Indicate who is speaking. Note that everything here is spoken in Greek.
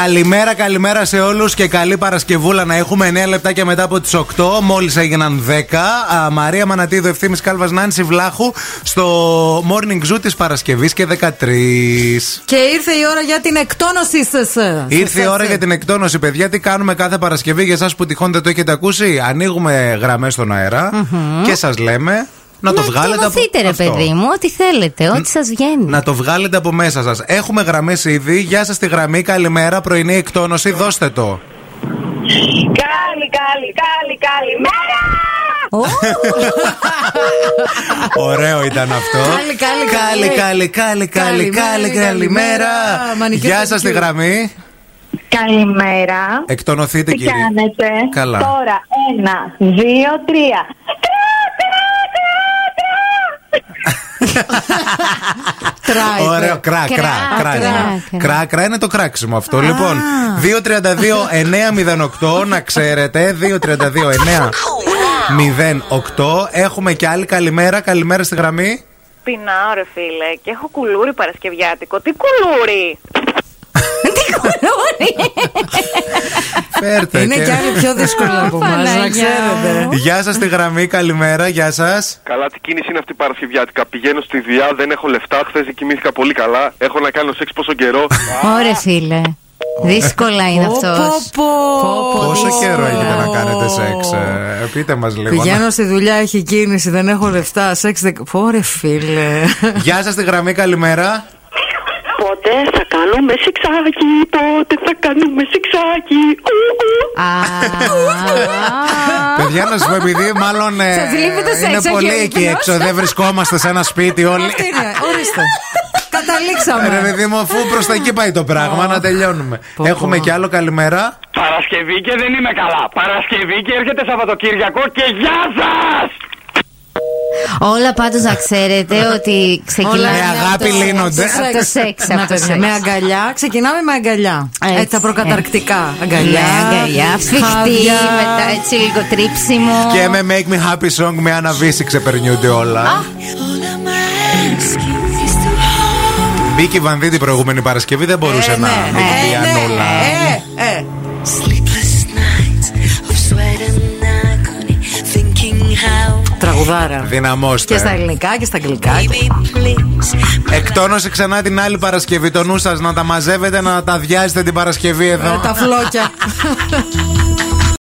Speaker 1: Καλημέρα, καλημέρα σε όλους και καλή Παρασκευούλα να έχουμε 9 λεπτάκια μετά από τις 8. Μόλις έγιναν 10. Α, Μαρία Μανατίδου, ευθύνη Κάλβας Νάνση Βλάχου στο morning zoo της Παρασκευής και 13.
Speaker 2: Και ήρθε η ώρα για την εκτόνωσή σας.
Speaker 1: Ήρθε η ώρα για την εκτόνωση, παιδιά. Τι κάνουμε κάθε Παρασκευή για εσάς που τυχόν δεν το έχετε ακούσει. Ανοίγουμε γραμμές στον αερα και σας λέμε. Να, το βγάλετε από
Speaker 3: εκτονωθείτε, ρε
Speaker 1: αυτό.
Speaker 3: παιδί μου, ό,τι θέλετε, ό,τι σας βγαίνει.
Speaker 1: Να το βγάλετε από μέσα σας. Έχουμε γραμμές ήδη. Γεια σας τη γραμμή. Καλημέρα. Πρωινή εκτόνωση. Δώστε το.
Speaker 4: Καλή, καλή, καλή, καλημέρα!
Speaker 3: Ω,
Speaker 1: Ωραίο ήταν αυτό.
Speaker 2: Καλή, καλή, καλή.
Speaker 1: καλή, καλή, καλή, καλή,
Speaker 2: Καλημέρα,
Speaker 1: καλημέρα.
Speaker 2: καλημέρα. Μανικιούρ
Speaker 1: Γεια σας τη
Speaker 2: Μανικιούρ.
Speaker 1: γραμμή.
Speaker 4: Καλημέρα.
Speaker 1: Εκτονοθείτε,
Speaker 4: Τι
Speaker 1: κύριε.
Speaker 4: κάνετε?
Speaker 1: Καλά.
Speaker 4: Τώρα, ένα, δύο, τρία. Τρα, τρα, τρα, τρα.
Speaker 2: Τράι.
Speaker 1: Ωραίο, κρά, κρά,
Speaker 3: Κρά,
Speaker 1: κρά.
Speaker 3: κρά,
Speaker 1: ναι.
Speaker 3: κρά.
Speaker 1: Κρά, κρά είναι το κράξιμο αυτό. Λοιπόν, 232-908, να ξέρετε. 232-908. Έχουμε και άλλη καλημέρα. Καλημέρα στη γραμμή.
Speaker 5: Πεινάω ρε φίλε και έχω κουλούρι παρασκευιάτικο. Τι κουλούρι!
Speaker 3: Τι κουλούρι!
Speaker 1: Φέρτε.
Speaker 2: Είναι
Speaker 1: και-
Speaker 2: κι άλλοι πιο δύσκολοι από εμάς, να
Speaker 3: Παναγιά
Speaker 2: ξέρετε. ρε.
Speaker 3: μου.
Speaker 1: Γεια σας τη γραμμή, καλημέρα, γεια σας.
Speaker 6: Καλά, τι κίνηση είναι αυτή η Παρασκευιάτικα. Πηγαίνω στη Διά, δεν έχω λεφτά. Χθες κοιμήθηκα πολύ καλά. Έχω να κάνω σεξ πόσο καιρό.
Speaker 3: Ωρε φίλε. Δύσκολα είναι
Speaker 2: Πω,
Speaker 3: αυτός.
Speaker 2: πω, πω.
Speaker 1: Πόσο
Speaker 2: Ω.
Speaker 1: καιρό έχετε να κάνετε σεξ, ε, πείτε μας λίγο.
Speaker 2: Πηγαίνω στη δουλειά, έχει κίνηση, δεν έχω λεφτά. Σεξ δεν. Πω, ρε φίλε.
Speaker 1: Γεια σας τη γραμμή, καλημέρα.
Speaker 7: Πότε θα κάνουμε σεξάκι, πότε θα κάνουμε σεξάκι. Ου, ου.
Speaker 1: Παιδιά, να σου πω, επειδή μάλλον ε,
Speaker 3: Σας λείπει το σεξ,
Speaker 1: είναι
Speaker 3: όχι
Speaker 1: πολύ
Speaker 3: ο
Speaker 1: εκεί
Speaker 3: ύπνος.
Speaker 1: έξω, δεν βρισκόμαστε σε ένα σπίτι όλοι. Ε,
Speaker 2: Αυτή είναι, ορίστε.
Speaker 1: Ρε
Speaker 2: Καταλήξαμε.
Speaker 1: παιδί μου, αφού προς τα εκεί πάει το πράγμα, να τελειώνουμε.
Speaker 2: Πω, πω.
Speaker 1: Έχουμε κι άλλο καλημέρα.
Speaker 8: Παρασκευή και δεν είμαι καλά. Παρασκευή και έρχεται Σαββατοκύριακο και γεια σας!
Speaker 3: Όλα πάντως να ξέρετε ότι
Speaker 2: Όλα
Speaker 3: ξεκινάει.
Speaker 1: Με
Speaker 2: είναι
Speaker 3: από
Speaker 1: αγάπη
Speaker 2: από το
Speaker 1: λύνονται.
Speaker 2: σεξ.
Speaker 3: Από το σεξ,
Speaker 2: Να,
Speaker 3: από το
Speaker 2: παιδιά,
Speaker 3: σεξ.
Speaker 2: Με αγκαλιά, ξεκινάμε με αγκαλιά.
Speaker 3: Έτσι,
Speaker 2: Έτσι, τα προκαταρκτικά. Αγκαλιά.
Speaker 3: Ναι, αγκαλιά, σφιχτή,
Speaker 2: χάδια.
Speaker 3: μετά έτσι λίγο τρίψιμο.
Speaker 1: Και με Make Me Happy Song με αναβίση ξεπερνιούνται όλα. Μπήκε η Βανδί την προηγούμενη Παρασκευή, δεν μπορούσε να
Speaker 2: ναι,
Speaker 1: μην πει
Speaker 2: ε, ναι,
Speaker 1: ανούλα.
Speaker 2: ε, ε. Τραγουδάρα. Και στα
Speaker 1: Δυναμώστε.
Speaker 2: ελληνικά και στα αγγλικά.
Speaker 1: Εκτόνωσε ξανά την άλλη Παρασκευή. Το νου σας να τα μαζεύετε, να τα αδειάζετε την Παρασκευή εδώ.
Speaker 2: Ε, Τα φλόκια.